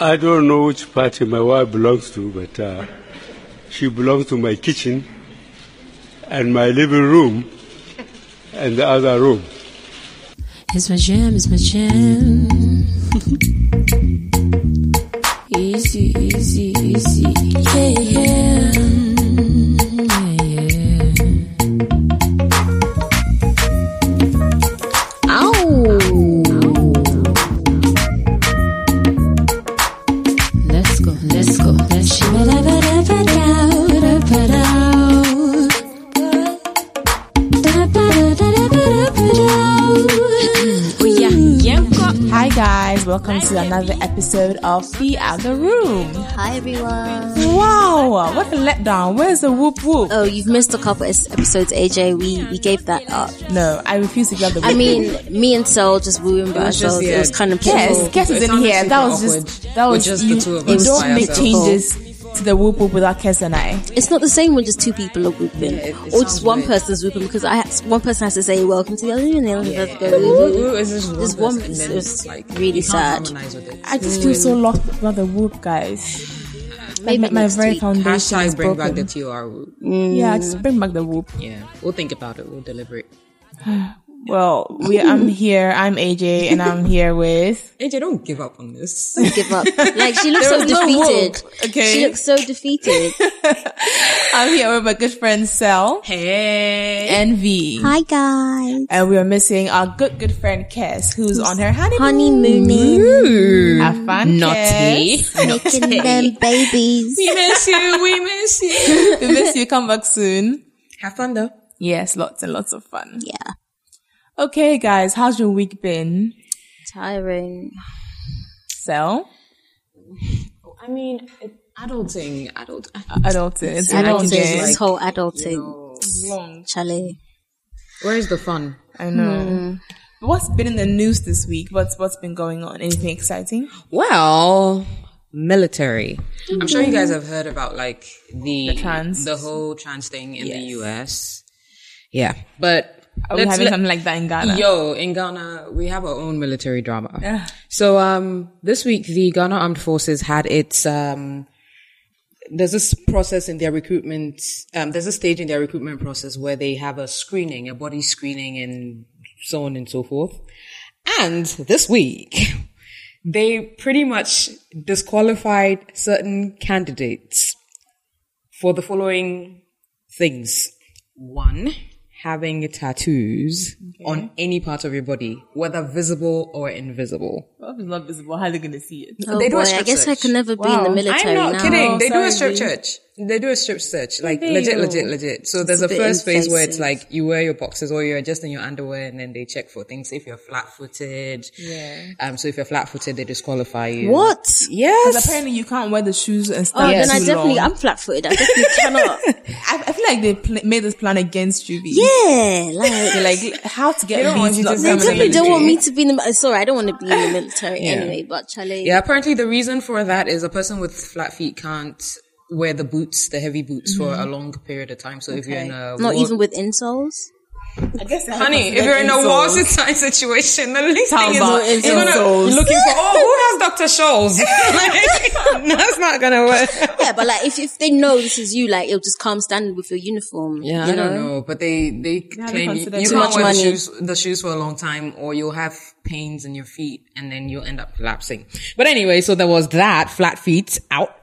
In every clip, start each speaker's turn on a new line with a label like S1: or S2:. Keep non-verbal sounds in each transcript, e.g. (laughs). S1: I don't know which party my wife belongs to, but uh, she belongs to my kitchen and my living room and the other room.
S2: It's my jam, it's my jam. (laughs) easy, easy, easy. Yeah, yeah. Yeah, yeah. Ow. Let's go, let's go, let's go. Oh yeah, yeah.
S3: Hi guys, welcome to another episode of The Other Room.
S4: Hi everyone.
S3: Wow, what a letdown. Where's the whoop whoop?
S4: Oh, you've missed a couple es- episodes, AJ. We we gave that up.
S3: No, I refuse to get the whoop
S4: I mean, me and Soul just wooing by
S5: was just,
S4: ourselves. It
S5: yeah,
S4: was kind of
S3: Yes,
S4: painful.
S3: guess is
S5: It's
S3: in here.
S5: honestly
S3: That
S5: been
S3: was
S5: awkward.
S3: just that was
S5: With just the
S3: you-
S5: two of
S3: you
S5: us
S3: Don't
S5: by
S3: make
S5: ourselves.
S3: changes to the whoop whoop without Kes and I.
S4: It's not the same when just two people are whooping,
S5: it- it
S4: or
S5: sounds
S4: just one
S5: weird.
S4: person's whooping because I ha- one person has to say welcome to the other room and the other person has to go. "Woo, woo, woo." There's one person was really sad.
S3: I
S5: Mm.
S3: just feel so lost without the whoop, guys. Like, my- my
S4: next
S3: very
S4: week.
S3: foundation is
S5: Hashtag bring back the
S3: broken.
S5: TOR route.
S3: Yeah, just bring back the whoop.
S5: Yeah, we'll think about it. We'll deliberate.
S3: Well, we, I'm
S4: (laughs)
S3: here. I'm AJ, and I'm here with.
S5: AJ, don't give up on this.
S4: Give up. Like she looks so
S3: There was no
S4: defeated.
S3: whoop, okay.
S4: She looks so defeated.
S3: I'm here with my good friend Sel
S5: hey,
S3: and V,
S4: Hi (laughs) guys.
S3: and we are missing our good good friend Kes, who's on her honeymoon.
S4: Honeymooning,
S3: Have fun, Kes.
S5: naughty.
S4: making them babies.
S5: we miss you. (laughs) We miss you.
S3: we miss you. Come back soon.
S5: (laughs) Have fun though.
S3: Yes, lots and lots of fun.
S4: Yeah.
S3: Okay, guys, how's your week been?
S4: Tiring.
S3: So,
S5: I mean, adulting, adult. uh,
S3: adulting. It's adulting.
S4: Adulting, this whole adulting.
S3: long.
S4: Chalet.
S5: Where's the fun?
S3: I know.
S5: Mm.
S3: What's been in the news this week? What's what's been going on? Anything exciting?
S5: Well, military. I'm sure you guys have heard about like the
S3: The trans-
S5: the whole trans thing in the US. Yeah, but
S3: Are we
S5: let's
S3: having
S5: let-
S3: something like that in Ghana?
S5: Yo, in Ghana, we have our own military drama. so, um, this week, the Ghana Armed Forces had its, um, there's this process in their recruitment, um, there's a stage in their recruitment process where they have a screening, a body screening, and so on and so forth. And this week, (laughs) they pretty much disqualified certain candidates for the following things. One, having tattoos on any part of your body, whether visible or invisible.
S3: Well, it's not visible. How are they going to see it?
S4: Oh
S5: They do a
S4: boy, I
S5: strip
S4: guess I Oh,
S5: search.
S4: could never be in the
S3: Wow.
S4: military
S5: I'm not
S4: now.
S5: kidding. they do
S3: sorry,
S5: a strip
S3: Lee.
S5: search. They do a strip search, like legit, legit, legit. So there's
S4: a
S5: a,
S4: bit
S5: first phase where it's
S4: invasive.
S5: like you wear your boxes or you're just in your underwear, and then they check for things. If you're flat-footed, yeah. Um, so if you're flat-footed, they disqualify you.
S4: What?
S3: Because
S5: Yes.
S3: apparently you can't wear the shoes and stuff.
S4: Oh,
S3: too
S4: then I definitely,
S3: long.
S4: I'm flat footed. I definitely
S5: (laughs)
S4: cannot.
S3: I, I feel like they pl- made this plan against you. V.
S4: Yeah, like,
S3: They're like how to get
S5: don't want
S3: these
S5: you to
S3: lots of
S4: they
S5: come in
S4: definitely
S3: money.
S4: don't want me to be in the, sorry, I don't want to be in the military
S5: Yeah.
S4: anyway, but Chalet.
S5: Yeah. Apparently, the reason for that is a person with flat feet can't wear the boots, the heavy boots, for a long period of time. So if you're in a
S4: Mm-hmm. Not
S5: war-
S4: even with insoles.
S3: I guess they have
S5: Honey, if
S3: considered
S5: you're in a
S3: insoles.
S5: war time (laughs) situation, the least
S3: How
S5: thing is
S3: about
S5: you're gonna
S3: insoles?
S5: you're looking for oh, who has Dr. Scholl's? (laughs) like, (laughs) that's not gonna work.
S4: Yeah, but like, if, if they know this is you, like, it'll just come standing with your uniform.
S5: Yeah,
S4: you
S5: I
S4: know?
S5: don't know, but they they claim you,
S3: considered
S5: you
S3: Too
S5: can't
S4: much
S5: wear the
S4: money.
S5: shoes, the shoes for a long time, or you'll have pains in your feet, and then you'll end up collapsing. But anyway, so there was that flat feet out,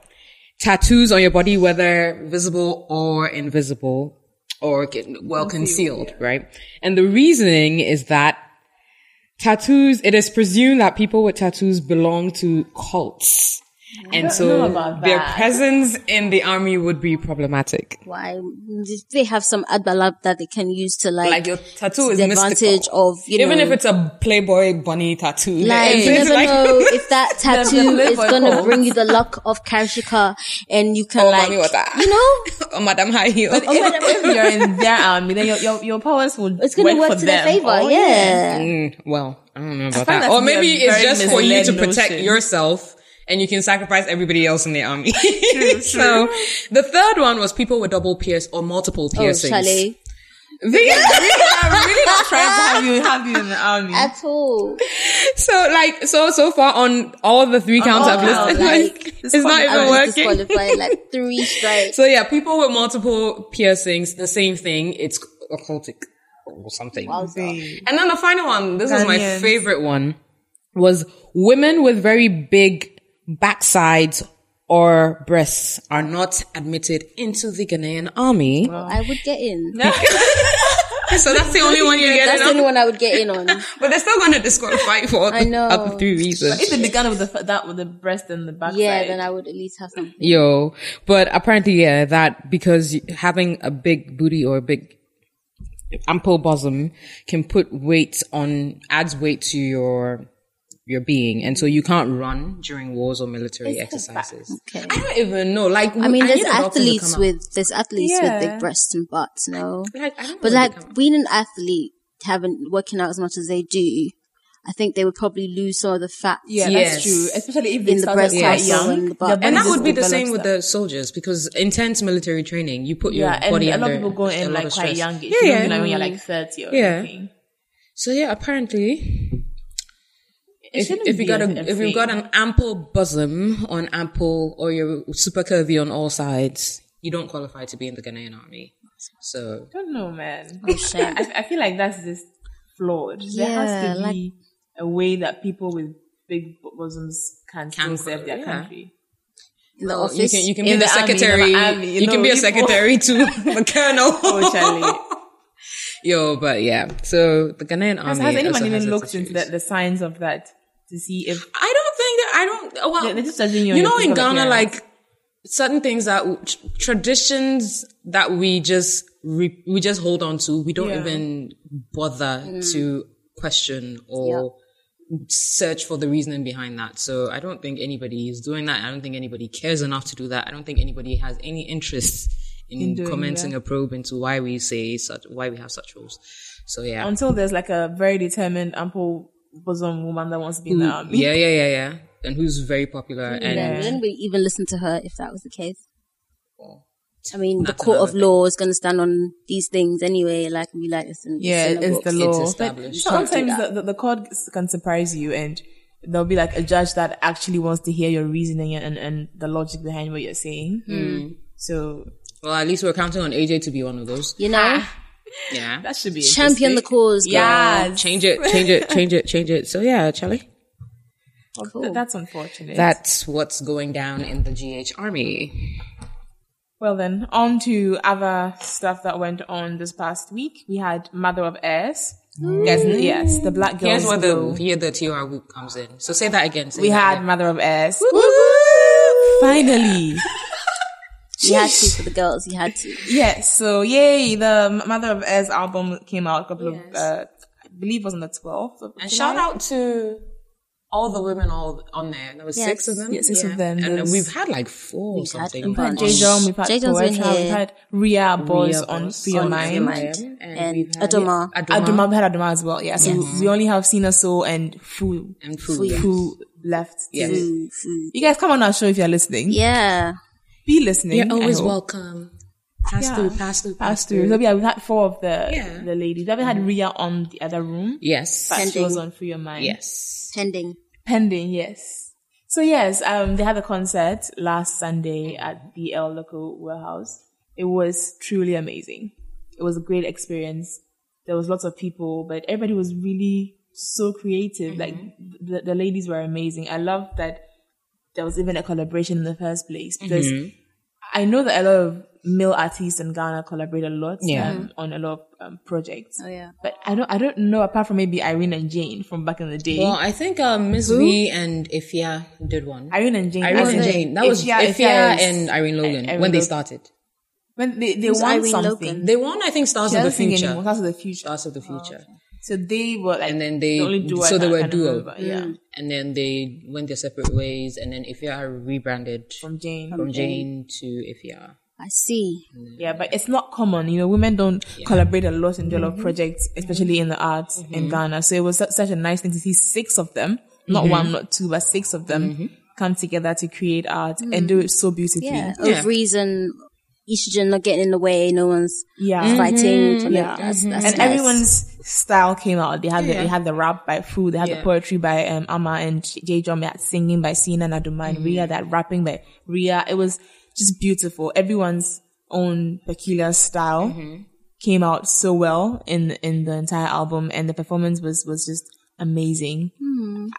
S5: tattoos on your body, whether visible or invisible, or con- well concealed, right? And the reasoning is that tattoos. It is presumed that people with tattoos belong to cults. And so their presence in the army would be problematic.
S4: Why? They have some adbalab that they can use to like,
S5: like your tattoo is
S4: the advantage
S5: mystical.
S4: of, you know.
S5: even if it's a Playboy bunny tattoo. (laughs)
S4: Like,
S5: it's
S4: you never
S5: like-
S4: know if
S5: (laughs)
S4: that tattoo
S3: live
S4: is
S3: by
S4: gonna
S3: cult.
S4: bring you the luck of Karshika and you can
S5: Oh,
S4: like,
S5: mommy, what's that?
S4: you know,
S5: oh, Madame High Heel. (laughs)
S3: If, if you're in their army, then your, your, your powers will
S4: it's gonna work
S3: for
S4: to
S3: them.
S4: their favor.
S3: Oh,
S4: yeah.
S5: Mm, well, I don't know about
S3: find
S5: that.
S3: that
S5: Or
S3: to be
S5: maybe
S3: a
S5: it's
S3: very
S5: just for you to
S3: misled
S5: protect
S3: notion.
S5: yourself and you can sacrifice everybody else in the army. (laughs) so the third one was people with double pierce or multiple
S4: Oh,
S5: piercings.
S4: chalet.
S5: (laughs) They
S3: I'm really not trying to have you have you in the army.
S4: at
S5: (laughs)
S4: all.
S5: so like so so far on all the three counts I've
S4: wow,
S5: listed,
S4: Oh, like,
S5: like, it's not
S4: I
S5: even
S4: was
S5: working.
S4: disqualified like three strikes.
S5: (laughs) So yeah, people with multiple piercings, the same thing. It's occultic or something.
S4: Wowza.
S5: And then the final one, this is my
S3: Ghanaians.
S5: favorite one, was women with very big backsides or breasts are not admitted into the Ghanaian army.
S4: I would get in.
S5: So that's the only one you get.
S4: That's the
S5: in
S4: only
S5: on.
S4: one I would get in
S5: (laughs)
S4: on.
S5: But they're still going to disqualify you for all
S4: I
S5: the
S4: know.
S5: other three reasons.
S3: If they began with the f- that with the breast and the back.
S4: Yeah, then I would at least have something.
S5: Yo, but apparently, yeah, that because having a big booty or a big ample bosom can put weight on, adds weight to your your being, and so you can't run during wars or military exercises.
S4: Okay.
S5: I don't even know. Like,
S4: I mean, there's
S5: need a doctor to
S4: athletes
S5: come out.
S4: with there's athletes with
S3: Yeah.
S4: big breasts and butts, no.
S5: Like, I don't know
S4: but
S5: where they
S4: like
S5: come
S4: being an athlete, having working out as much as they do, I think they would probably lose some of the fat.
S3: Yeah,
S5: Yes.
S3: that's true. Especially if
S4: In
S3: they
S4: the
S3: started
S4: breast
S3: quite
S4: muscle
S3: young.
S4: and the butt.
S3: Their body
S5: and that
S3: just
S5: would be the
S3: develops
S5: same with
S3: that.
S5: the soldiers because intense military training, you put your
S3: yeah, and a
S5: body
S3: lot
S5: under
S3: of people go
S5: a
S3: in
S5: lot
S3: like
S5: of
S3: quite
S5: stress.
S3: young. age.
S5: Yeah,
S3: You don't be
S5: yeah.
S3: like when you're like thirty or
S5: Yeah.
S3: anything.
S5: So yeah, apparently
S3: It
S5: if,
S3: shouldn't
S5: if you
S3: be
S5: got
S3: an
S5: a, if you've
S3: thing.
S5: got an ample bosom on ample or you're super curvy on all sides, you don't qualify to be in the Ghanaian army. So
S3: I don't know, (laughs) man.
S4: shame.
S3: I, I feel like that's just flawed. There
S4: Yeah,
S3: has to
S4: like-
S3: be a way that people with big bosoms can still
S5: Can-
S3: serve their
S5: yeah.
S3: country.
S4: In the
S5: well,
S4: office,
S5: you can you can
S3: in
S5: be the,
S3: the army, in the
S5: secretary.
S3: army,
S5: you
S3: you
S5: can
S3: know,
S5: be a
S3: people- (laughs)
S5: secretary to the colonel.
S3: Oh, Charlie.
S5: (laughs) Yo, but yeah. So the Ghanaian
S3: Has, has
S5: army. also
S3: anyone even
S5: has its
S3: looked into
S5: issues.
S3: the, the signs of that to see if
S5: I don't think that I don't. oh, Well,
S3: They- they're just judging you on
S5: you
S3: your
S5: know, in
S3: physical
S5: Ghana,
S3: appearance.
S5: like certain things that w- tr- traditions that we just re- we just hold on to. We don't
S3: Yeah. Mm.
S5: even bother to question or search for the reasoning behind that. So I don't think anybody is doing that. I don't think anybody cares enough to do that. I don't think anybody has any interest
S3: In
S5: in,
S3: doing
S5: commencing a probe into why we say such, why we have such rules. So yeah.
S3: until there's like a very determined ample bosom woman that wants to be in the army?
S5: yeah, yeah, yeah, yeah. And who's very popular and
S4: yeah. Wouldn't we even listen to her if that was the case? I mean, the
S5: That's
S4: court of
S5: another
S4: law is going to stand on these things anyway. Like, we like this. in-
S3: Yeah,
S4: in the
S3: it's
S4: books.
S3: the law.
S5: established.
S3: But
S4: Can't do
S3: sometimes
S4: that.
S3: the, the, the court can surprise you, and there'll be like a judge that actually wants to hear your reasoning and, and, and the logic behind what you're saying.
S5: Hmm.
S3: So
S5: Well, at least we're counting on AJ to be one of those.
S4: You know,
S5: Yeah.
S3: that should be
S4: champion the
S3: interesting.
S4: cause. girl.
S3: Yeah,
S5: Change it, change it, change it, change it. So yeah, Charlie.
S3: Well, th- that's unfortunate.
S5: That's what's going down in the GH army.
S3: well, then on to other stuff that went on this past week. We had Mother of Heirs. Yes, yes, the black girls.
S5: Here's where the
S3: group.
S5: here the TR whoop comes in. So say that again. Say
S3: we
S5: that
S3: had
S5: again.
S3: Mother of Heirs. Finally.
S4: You had to for the girls. You had to.
S3: (laughs) Yes, so yay, the Mother of Heirs album came out a couple of, uh, I believe it was on the 12th. Of
S5: and shout out to all the women all on there. There was six
S4: Yes.
S5: of them.
S3: Yeah, six of them.
S5: And
S3: There's-
S5: we've had like four or something.
S4: a bunch.
S3: Jay John,
S5: Mm.
S3: we've had
S4: Jay John's been
S3: Poetra, we've
S4: here.
S3: had Ria Boys on
S5: Boss
S3: For Your
S5: on
S3: Mind.
S4: Mind.
S5: And,
S4: And
S5: we've had-
S4: Adoma.
S3: Aduma, we had Aduma as well, yeah. So we only have Sina So and Fu,
S5: And Fu,
S3: Fu,
S5: yes.
S3: Fu left.
S5: Yes.
S3: to-
S4: Mm, mm.
S3: You guys come on our show if you're listening.
S4: Yeah.
S3: Be listening.
S5: You're always
S3: I hope.
S5: welcome. Pass
S3: Yeah.
S5: through, pass through,
S3: Pass through. So yeah, we've had four of the,
S5: Yeah. Mm-hmm.
S3: the ladies. We haven't had Ria on the other room.
S5: Yes.
S3: But she
S4: Pending.
S3: was on For Your Mind.
S5: Yes.
S4: Pending.
S3: Pending, yes. So yes, um, they had a concert last Sunday at the El Loco Warehouse. It was truly amazing. It was a great experience. There was lots of people, but everybody was really so creative.
S4: Mm-hmm.
S3: Like the, the ladies were amazing. I love that there was even a collaboration in the first place because
S4: Mm-hmm.
S3: I know that a lot of male artists in Ghana collaborate a lot
S5: Yeah.
S3: um, on a lot of um, projects.
S4: Mm-hmm. Oh, yeah.
S3: But I don't, I don't know apart from maybe Irene and Jane from back in the day.
S5: Well, I think uh, Miss V and Ifya did one.
S3: Irene and Jane.
S5: Irene and
S3: Irene-
S5: Jane. That was
S3: Ifya-
S5: Ifya,
S3: Ifya is-
S5: and Irene Logan
S3: Irene
S5: when they
S3: Logan.
S5: started.
S3: when they they
S4: Who's
S3: won
S4: Irene
S3: something.
S4: Logan?
S5: They won, I think, Stars
S3: She
S5: of the
S3: doesn't sing
S5: Future.
S3: anymore. That's the future.
S5: Stars of the Future.
S3: So they were like,
S5: And then they,
S3: the only duo
S5: so
S3: I
S5: they
S3: can-
S5: were a
S3: can
S5: duo.
S3: remember, Yeah,
S5: And then they went their separate ways. And then Ifya rebranded from,
S3: from Jane.
S5: Jane to Ifya.
S4: I see.
S3: Yeah, but it's not common. You know, women don't collaborate a lot and do a lot of projects, especially in the arts
S5: Mm-hmm.
S3: in Ghana. So it was su- such a nice thing to see six of them, not
S5: Mm-hmm.
S3: one, not two, but six Mm. of them come together to create art and do it so beautifully.
S4: Yeah.
S5: Yeah.
S4: Ovaries and estrogen not getting in the way. No one's
S3: Yeah.
S4: fighting. for the-
S3: Yeah.
S4: that's, that's
S3: and
S4: nice.
S3: everyone's style came out. They had the, they had the rap by Fu, they had the
S5: Yeah.
S3: poetry by um, Amma and J. John, they had singing by Sina and Aduma and Ria, that rapping by Ria. It was just beautiful. Everyone's own peculiar style came out so well in in the entire album, and the performance was was just amazing.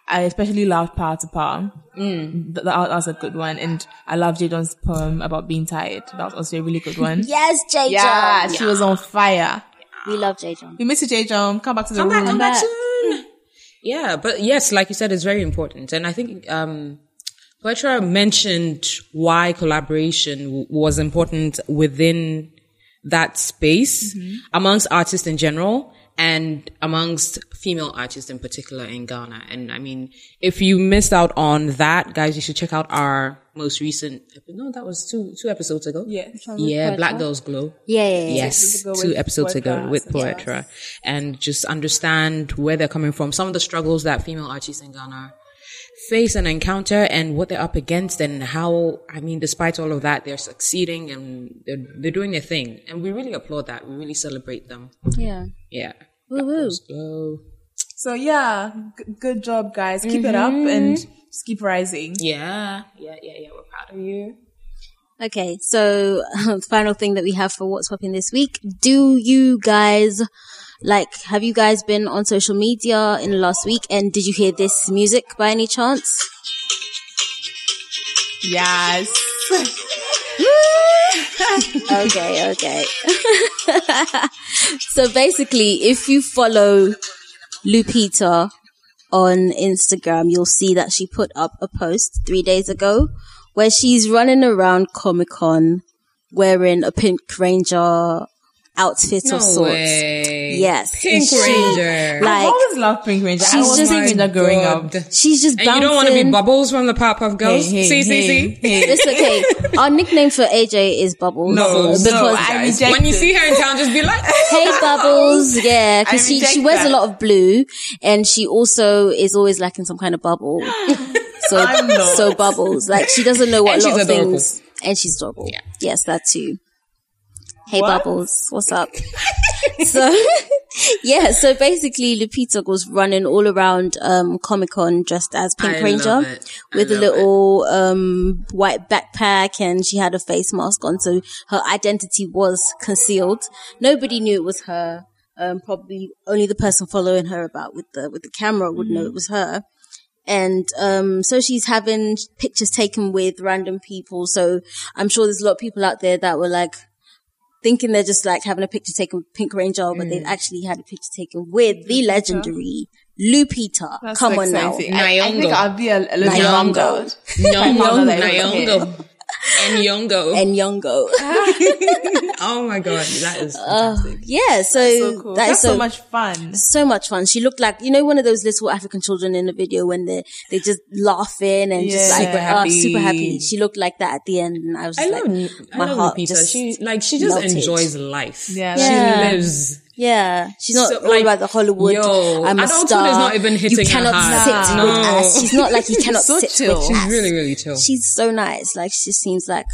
S3: I especially loved Power to Power. Mm-hmm. Mm. That, that was a good one, and I loved J. John's poem about being tired. That was also a really good one.
S4: Yes,
S3: (laughs)
S4: J.
S3: Yeah,
S4: John.
S3: she was on fire.
S4: We love J. John.
S3: We miss you, J. John. Come back to the
S5: Come
S3: room.
S5: back, come back soon. Yeah, but yes, like you said, it's very important. And I think um, Poetra mentioned why collaboration w- was important within that space amongst artists in general and amongst female artists in particular in Ghana. And I mean, if you missed out on that, guys, you should check out our most recent, epi- no, that was two, two episodes ago.
S3: Yeah.
S5: Yeah, Black Girls Glow
S4: Yeah, yeah, yeah.
S5: yes,
S3: ago
S5: two
S3: with
S5: episodes ago
S3: Poetra,
S5: with
S3: something
S5: Poetra, and just understand where they're coming from, some of the struggles that female artists in Ghana face and encounter, and what they're up against, and how I mean, despite all of that, they're succeeding and they're, they're doing their thing, and we really applaud that. We really celebrate them.
S4: Yeah.
S5: Yeah.
S4: Woo woo.
S5: So
S3: So yeah, g- good job, guys. Keep it up and
S4: Mm-hmm.
S3: just keep rising.
S5: yeah, yeah, yeah, yeah. We're proud of you.
S4: Okay, so (laughs) final thing that we have for what's popping this week. Do you guys like have you guys been on social media in the last week and did you hear this music by any chance?
S3: Yes.
S4: okay, okay. (laughs) so basically, if you follow Lupita on Instagram, you'll see that she put up a post three days ago where she's running around Comic Con wearing a Pink Ranger outfit
S5: No
S4: of sorts.
S5: way.
S4: Yes.
S5: Pink
S4: She-
S3: I
S5: Ranger.
S4: Like,
S3: always loved Pink Ranger. I
S4: she's
S3: was
S4: just-
S3: Pink Ranger growing up.
S5: God.
S4: she's just
S5: And
S4: bouncing.
S5: you don't want to be bubbles from the Powerpuff
S3: Hey,
S5: Girls.
S3: hey,
S5: see, see,
S3: hey,
S5: see.
S3: hey.
S4: It's okay.
S5: (laughs)
S4: Our nickname for AJ is Bubbles.
S5: No,
S4: because
S5: no,
S3: I
S5: guys.
S3: reject
S5: when you
S3: it.
S5: see her in town, just be like, (laughs)
S4: Hey bubbles, yeah, because
S3: I
S4: she she
S3: reject
S4: wears a
S3: that.
S4: lot of blue, and she also is always like in some kind of
S5: (laughs)
S4: bubble. So
S3: I'm not.
S4: so bubbles, like she doesn't know what
S5: And
S4: a lot
S5: she's
S4: of
S5: adorable.
S4: things, and she's adorable.
S5: Yeah.
S4: Yes, that too. Hey
S3: What?
S4: bubbles, what's
S5: (laughs)
S4: up? so (laughs) yeah, so basically Lupita was running all around um Comic Con dressed as Pink
S5: I
S4: Ranger
S5: love it. I
S4: with a
S5: love it.
S4: little um white backpack and she had a face mask on so her identity was concealed. Nobody knew it was her. Um probably only the person following her about with the with the camera would know it was her. And um so she's having pictures taken with random people. So I'm sure there's a lot of people out there that were like thinking they're just like having a picture taken with Pink Ranger, but they've actually had a picture taken with the legendary Lupita.
S3: That's
S4: Come
S3: so
S4: on now.
S3: exciting. I, I think
S5: Nyong'o.
S3: I'll be a, a little
S4: Nyong'o.
S3: Nyong'o.
S4: (laughs)
S5: Nyongo,
S3: that it was
S5: Nyongo, and Nyongo.
S4: And Yongo. (laughs)
S5: Oh my god, that is
S4: Uh,
S5: fantastic.
S4: Yeah, so,
S3: So cool.
S4: that
S3: That's
S4: is
S3: so,
S4: so,
S3: much fun.
S4: so much fun. She looked like you know one of those little African children in the video when they they just laughing and just
S3: Yeah.
S4: like
S3: Super
S4: super happy.
S5: happy.
S4: super happy. She looked like that at the end, and I was
S5: I
S4: just
S5: love,
S4: like,
S5: I
S4: my
S5: love
S4: heart
S5: Lupita.
S4: just
S5: She like she just
S4: melted.
S5: enjoys life.
S3: Yeah.
S4: Yeah.
S5: she lives.
S4: yeah. She's not
S5: So,
S4: all
S5: like,
S4: about the Hollywood.
S5: yo,
S4: I'm a
S5: adulthood
S4: star.
S5: is not even hitting her
S4: you cannot
S5: hard.
S4: sit
S5: Nah.
S4: with
S5: No.
S4: us. She's not
S5: (laughs)
S4: like you cannot
S3: So
S4: sit
S3: chill.
S4: with
S5: She's
S4: us.
S5: really really chill.
S4: She's so nice. Like she just seems like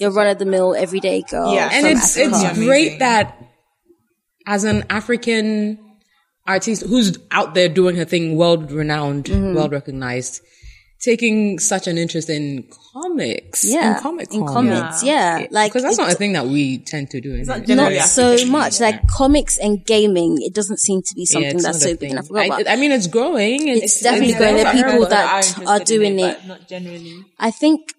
S4: your run of the mill everyday girl.
S3: Yeah.
S5: and
S4: from
S5: it's
S4: Africa.
S5: it's
S3: Amazing.
S5: great that as an African artist who's out there doing her thing, world renowned,
S4: Mm-hmm.
S5: world recognized, taking such an interest in comics,
S4: yeah,
S5: in comic
S4: in comics, yeah. Like
S5: because that's
S4: it-
S5: not a thing that we tend to do. In
S3: not
S5: it?
S3: generally
S4: not
S3: Yeah.
S4: so much like comics and gaming. It doesn't seem to be
S5: Yeah,
S4: something
S5: it's
S4: that's
S5: not a
S4: so big
S5: thing.
S4: and I forgot about.
S5: I, I mean, it's growing.
S4: It's definitely
S5: I
S4: growing.
S5: mean,
S4: There are
S5: I
S4: people
S5: heard
S4: that
S5: about
S4: are doing it.
S3: but not generally.
S4: I think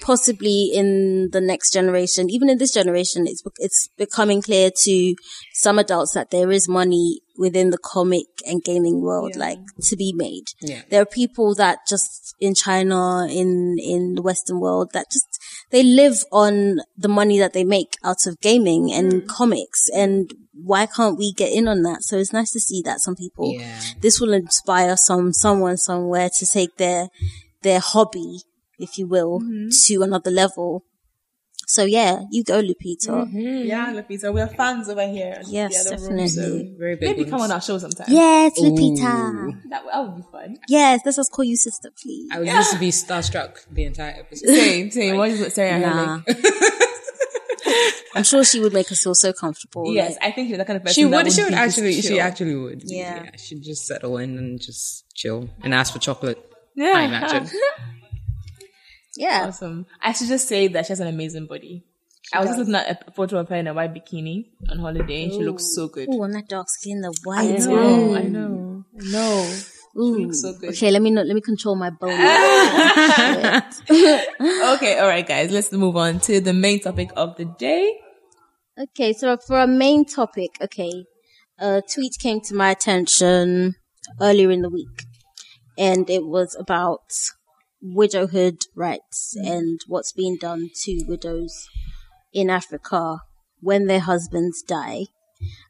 S4: possibly in the next generation, even in this generation, it's bec- it's becoming clear to some adults that there is money within the comic and gaming world, like to be made.
S5: Yeah.
S4: There are people that just in China, in in the Western world, that just they live on the money that they make out of gaming and
S5: Hmm.
S4: comics and. Why can't we get in on that? So it's nice to see that some people,
S5: Yeah.
S4: this will inspire some, someone somewhere to take their, their hobby, if you will, to another level. So yeah, you go, Lupita.
S3: Yeah, Lupita, we're fans over here.
S4: Mm. Yes,
S3: The other room,
S4: definitely.
S3: so
S5: Very big.
S3: Maybe
S5: ones.
S3: come on our show sometime.
S4: Yes, Lupita.
S3: That, would- that would be
S4: (laughs)
S3: fun.
S4: Yes, let's just call you sister, please.
S5: I
S4: (laughs)
S5: would used to be starstruck the entire episode.
S3: Same, same. What is it, Sarah?
S4: Nah. I'm sure she would make us feel so comfortable.
S3: Yes,
S4: like,
S3: I think you're that kind of person.
S5: She
S3: that
S5: would. She
S3: be
S5: would
S3: just
S5: actually.
S3: chill.
S5: She actually would.
S4: Yeah.
S5: She'd just settle in and just chill and ask for chocolate.
S4: (laughs)
S3: Yeah.
S5: I imagine.
S4: yeah.
S3: Awesome. I should just say that she has an amazing body. I was just looking at a photo of her in a white bikini on holiday, and she looks so good.
S4: Oh, and that dark skin, the white.
S3: know, I know, I know.
S4: Ooh.
S3: so good.
S4: Okay, let me not let me control my bone.
S3: (laughs) Okay, all right, guys, let's move on to the main topic of the day.
S4: Okay, so for our main topic, okay, a tweet came to my attention earlier in the week, and it was about widowhood rights and what's being done to widows in Africa when their husbands die.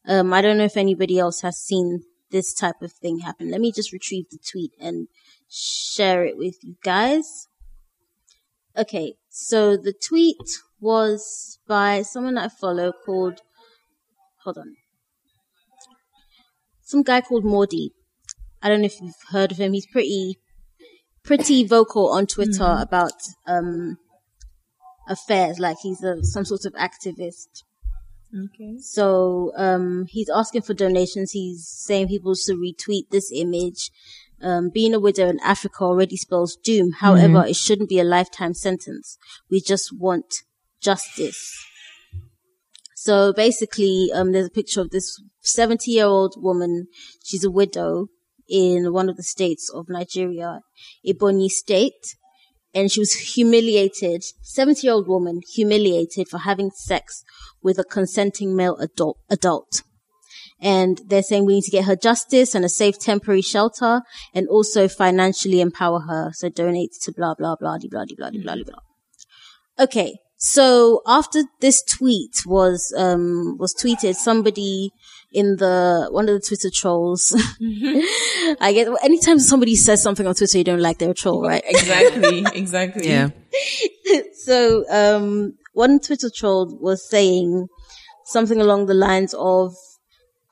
S4: Um, I don't know if anybody else has seen this type of thing happen. Let me just retrieve the tweet and share it with you guys. Okay, so the tweet was by someone I follow called, hold on, some guy called Mordi. I don't know if you've heard of him. He's pretty, pretty vocal on Twitter about um, affairs. Like he's a, some sort of activist.
S3: Okay.
S4: So um, he's asking for donations. He's saying people should retweet this image. Um, being a widow in Africa already spells doom. However, it shouldn't be a lifetime sentence. We just want justice. So basically, um, there's a picture of this 70 year old woman. She's a widow in one of the states of Nigeria, Ebonyi State and she was humiliated, 70 year old woman, humiliated for having sex with a consenting male adult, adult. And they're saying we need to get her justice and a safe temporary shelter and also financially empower her. So donate to blah, blah, blah, de blah, de blah, de blah, de blah. Okay. So after this tweet was, um, was tweeted, somebody in the, one of the Twitter trolls, (laughs) I get, anytime somebody says something on Twitter you don't like, they're a troll, right?
S3: Exactly. (laughs) Exactly.
S5: Yeah.
S4: so um, one Twitter troll was saying something along the lines of,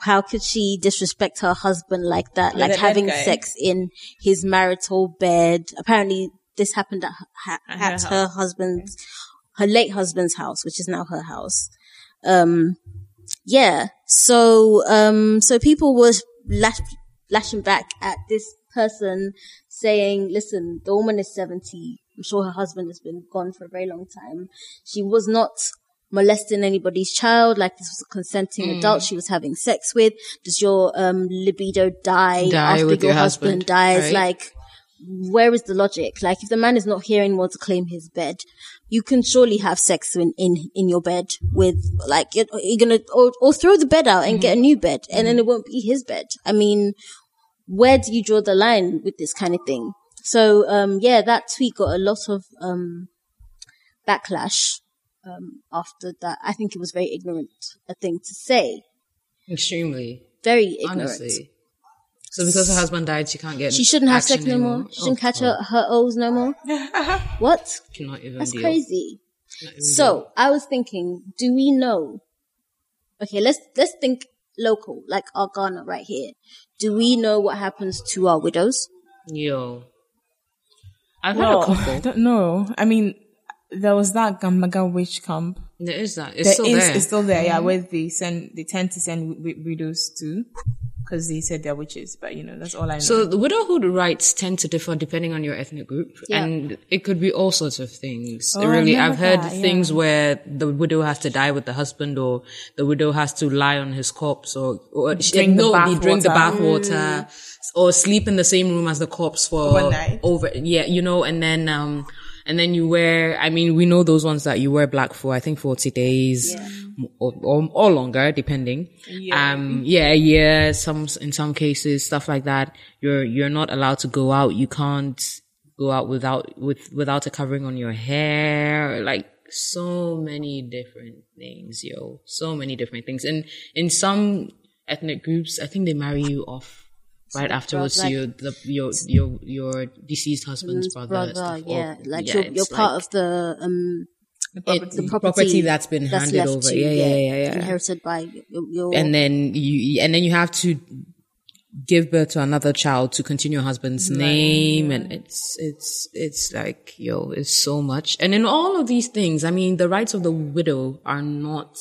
S4: "How could she disrespect her husband like that? like
S3: that
S4: having
S3: guy.
S4: sex in his marital bed." Apparently, this happened at, ha-
S3: At her
S4: at her husband's, her late husband's house, which is now her house. Um, yeah. So um, so people were lash, lashing back at this person saying, listen, the woman is 70. I'm sure her husband has been gone for a very long time. She was not molesting anybody's child. Like this was a consenting
S5: Hmm.
S4: adult she was having sex with. Does your, um, libido die,
S5: Die
S4: after
S5: with
S4: your
S5: your
S4: husband,
S5: husband,
S4: dies?
S5: right?
S4: Like, where is the logic? Like, if the man is not here anymore to claim his bed, you can surely have sex in, in, in your bed with, like, you're, you're gonna, or, or throw the bed out and get a new bed and then it won't be his bed. I mean, where do you draw the line with this kind of thing? So, um, yeah, that tweet got a lot of, um, backlash, um, after that. I think it was very ignorant a thing to say.
S5: (laughs) Extremely.
S4: Very ignorant.
S5: Honestly. So because her husband died, she can't get.
S4: She shouldn't have sex
S5: action
S4: no more.
S5: anymore?
S4: She shouldn't
S5: Oh,
S4: catch her, her O's no more. what?
S5: Cannot even
S4: That's
S5: deal.
S4: crazy. So I was thinking, do we know? Okay, let's let's think local, like our Ghana right here. Do we know what happens to our widows?
S5: Yo. I've
S3: Well,
S5: had a
S3: I
S4: (laughs)
S5: couple.
S3: don't know. I mean, there was that Gambaga witch camp.
S5: There is that. It's
S3: There
S5: still
S3: is-
S5: there. Mm.
S3: It's still there. Yeah, where they send, they tend to send wi- wi- widows to, because they said they're witches. But you know, that's all I know.
S5: so the widowhood rights tend to differ depending on your ethnic group,
S4: Yeah.
S5: and it could be all sorts of things.
S3: Oh, I
S5: really, I've
S3: remember
S5: heard
S3: that, yeah.
S5: things where the widow has to die with the husband, or the widow has to lie on his corpse, or, or
S3: Drink the
S5: no,
S3: bath
S5: they drink the
S3: water.
S5: bath water, or sleep in the same room as the corpse for
S3: Overnight.
S5: Over, yeah, you know, and then um, and then you wear. I mean, we know those ones that you wear black for. I think forty days, or, or or longer, depending. Um, yeah, yeah. Some in some cases, stuff like that. You're you're not allowed to go out. You can't go out without with without a covering on your hair. Like so many different things, yo. So many different things. And in some ethnic groups, I think they marry you off. Right afterwards, to
S4: like-
S5: your the, your your your deceased husband's brother,
S4: brother,
S5: stuff. Or-
S4: yeah, like you're, you're
S5: it's
S4: part
S5: like
S4: of the um
S5: it- the
S4: property,
S5: that's been handed
S4: left
S5: over.
S4: to you,
S5: yeah, yeah, yeah, yeah.
S4: inherited by your, your
S5: And then you and then you have to give birth to another child to continue her husband's name and it's it's it's like yo it's so much and in all of these things i mean the rights of the widow are not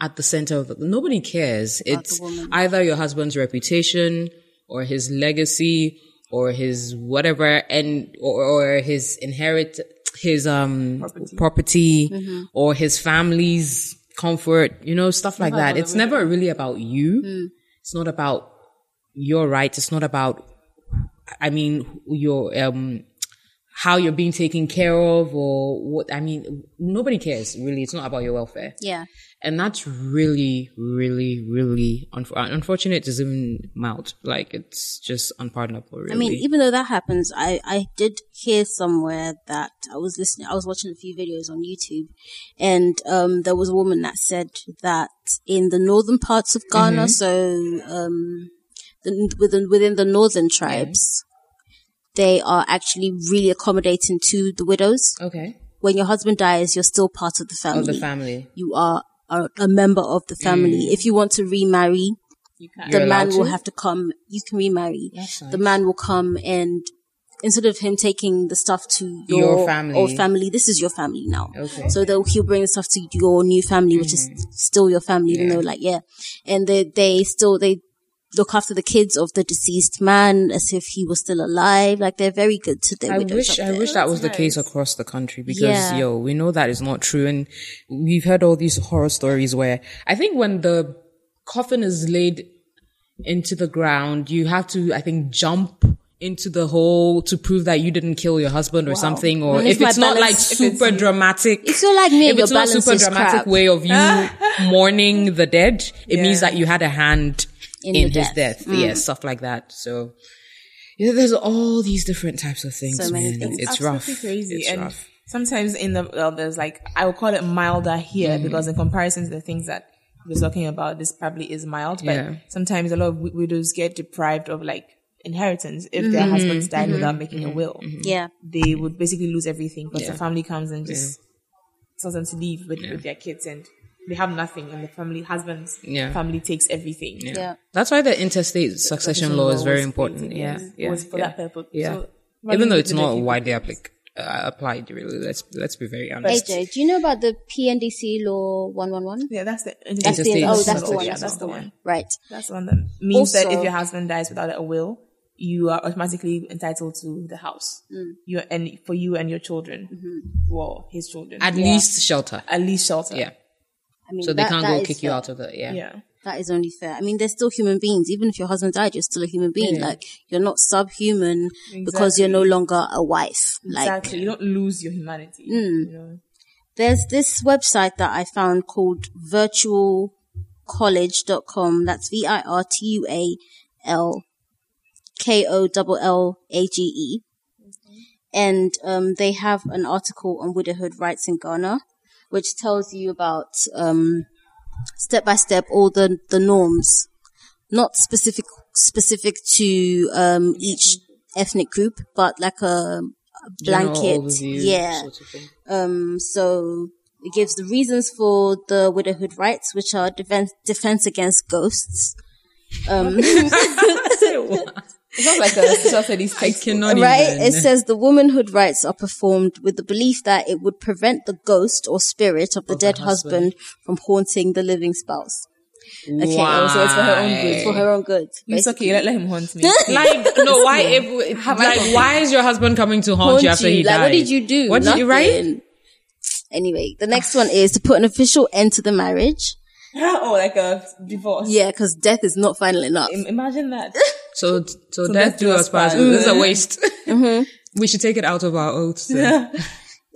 S5: at the center of nobody cares it's either your husband's reputation or his legacy or his whatever and or, or his inherit his um property, or his family's comfort you know stuff like that it's never really about you it's not about your rights it's not about i mean your um how you're being taken care of or what i mean nobody cares really it's not about your welfare
S4: Yeah.
S5: and that's really, really, really unf- uh, unfortunate. Is even mild. Like it's just unpardonable. Really.
S4: I mean, even though that happens, I, I did hear somewhere that I was listening, I was watching a few videos on YouTube and, um, there was a woman that said that in the northern parts of Ghana,
S5: Mm-hmm.
S4: so, um, the, within, within the northern tribes, they are actually really accommodating to the widows.
S5: okay.
S4: When your husband dies, you're still part of Oh, the family.
S5: Of the family,
S4: You are a, a member of the
S5: Mm.
S4: family. If you want to remarry,
S3: You can't.
S4: the
S5: You're
S4: man
S5: allowed
S4: will
S5: to?
S4: have to come. You can remarry.
S5: That's nice.
S4: The man will come and instead of him taking the stuff to your,
S5: Your family.
S4: old family, this is your family now.
S5: Okay. Mm.
S4: So they'll, he'll bring the stuff to your new family, which is still your family. Even though, like, yeah, and they they still they look after the kids of the deceased man as if he was still alive. Like they're very good to their
S5: I
S4: widows.
S5: wish
S4: up
S5: I
S4: there.
S5: wish that was the case across the country because
S4: Yeah.
S5: yo, we know that is not true, and we've heard all these horror stories where I think when the coffin is laid into the ground, you have to I think jump into the hole to prove that you didn't kill your husband or something, or
S4: And
S5: if,
S4: if my
S5: it's not like
S4: balance- if it's
S5: super dramatic.
S4: If you're like me,
S5: if
S4: and your
S5: it's not a
S4: balance
S5: super
S4: is
S5: dramatic
S4: crap.
S5: way of
S4: (laughs)
S5: you mourning the dead, it means that you had a hand
S4: In
S5: in,
S4: the
S5: his
S4: death. Mm.
S5: death. Yeah, stuff like that. So yeah, there's all these different types of things.
S4: So many
S5: man.
S4: things.
S5: It's rough.
S3: absolutely crazy.
S5: It's
S3: and
S5: rough.
S3: sometimes in the well, there's like I would call it milder here
S5: Mm.
S3: because in comparison to the things that we're talking about, this probably is mild. But
S5: Yeah.
S3: sometimes a lot of wi- widows get deprived of like inheritance if
S5: Mm-hmm.
S3: their husbands died without making a will.
S4: Yeah.
S3: They would basically lose everything because the family comes and just tells them to leave with, with their kids and they have nothing and the family husband's
S5: Yeah.
S3: family takes everything.
S5: Yeah.
S4: Yeah.
S5: That's why the interstate succession law is very important. Yeah. yeah.
S3: was for
S5: yeah.
S3: that purpose.
S5: Yeah.
S3: So,
S5: Even though
S3: running
S5: it's
S3: with the
S5: not
S3: people.
S5: widely applic- uh, applied, really. Let's let's be very honest.
S4: AJ, do you know about the PNDC law one one one?
S3: Yeah, that's the
S4: That's the,
S5: Interstate
S4: oh, that's the
S5: succession.
S4: one.
S3: Yeah, that's the one.
S4: Right.
S3: That's the one that means that
S4: Also-
S3: if your husband dies without a will, you are automatically entitled to the house.
S4: Mm.
S3: You and for you and your children,
S4: Mm-hmm.
S3: well, his children,
S5: At least shelter.
S3: at least shelter.
S5: Yeah.
S4: I mean,
S5: So they
S4: Uh, that-
S5: can't
S4: that
S5: go
S4: is
S5: kick you
S4: fair.
S5: out of the yeah.
S3: yeah.
S4: That is only fair. I mean, they're still human beings. Even if your husband died, you're still a human being. Like you're not subhuman because you're no longer a wife. Like Mm.
S3: exactly. You don't lose your humanity. You know?
S4: there's this website that I found called virtualcollege.com. That's V I R T U A L K O L L A G E. And um, they have an article on widowhood rights in Ghana, which tells you about um, step by step all the, the norms, not specific specific to um, each ethnic group, but like a
S5: General
S4: blanket,
S5: overview
S4: yeah,
S5: sort of
S4: (laughs)
S5: thing. (laughs)
S4: um, so it gives the reasons for the widowhood rights, which are defense defense against ghosts, um,
S3: It sounds like a social studies
S5: I
S3: textbook.
S5: cannot
S4: right?
S5: even.
S4: It says the womanhood rights are performed with the belief that it would prevent the ghost or spirit of the dead husband. from haunting the living spouse. Okay,
S5: Why?
S4: so it's for her own good. For her own good.
S3: It's
S4: basically.
S3: okay. Let, let him haunt me.
S4: (laughs)
S5: like no, why if like why is your husband coming to haunt, you
S4: Haunt
S5: after
S4: you.
S5: he
S4: like,
S5: died?
S4: What did you do?
S5: What did you right?
S4: Nothing. Anyway, the next one is to put an official end to the marriage.
S3: oh, like a divorce.
S4: Yeah, because death is not final enough.
S3: Im- Imagine
S4: (laughs)
S3: that.
S5: So so, death do us part. This is a waste. We should take it out of our oaths. then.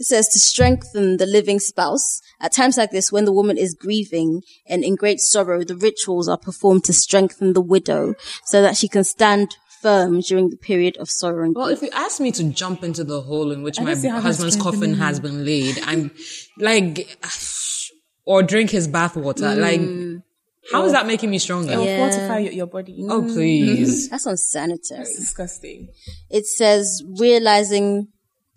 S4: It says to strengthen the living spouse. At times like this, when the woman is grieving and in great sorrow, the rituals are performed to strengthen the widow so that she can stand firm during the period of sorrow and
S5: Well, if you ask me to jump into the hole in which my
S3: see how that's
S5: husband's coffin has been laid, I'm like, or drink his bath water. Like, how is that making me stronger?
S3: It will fortify your, your body.
S5: Oh, please.
S4: that's unsanitary.
S3: It's disgusting.
S4: It says realizing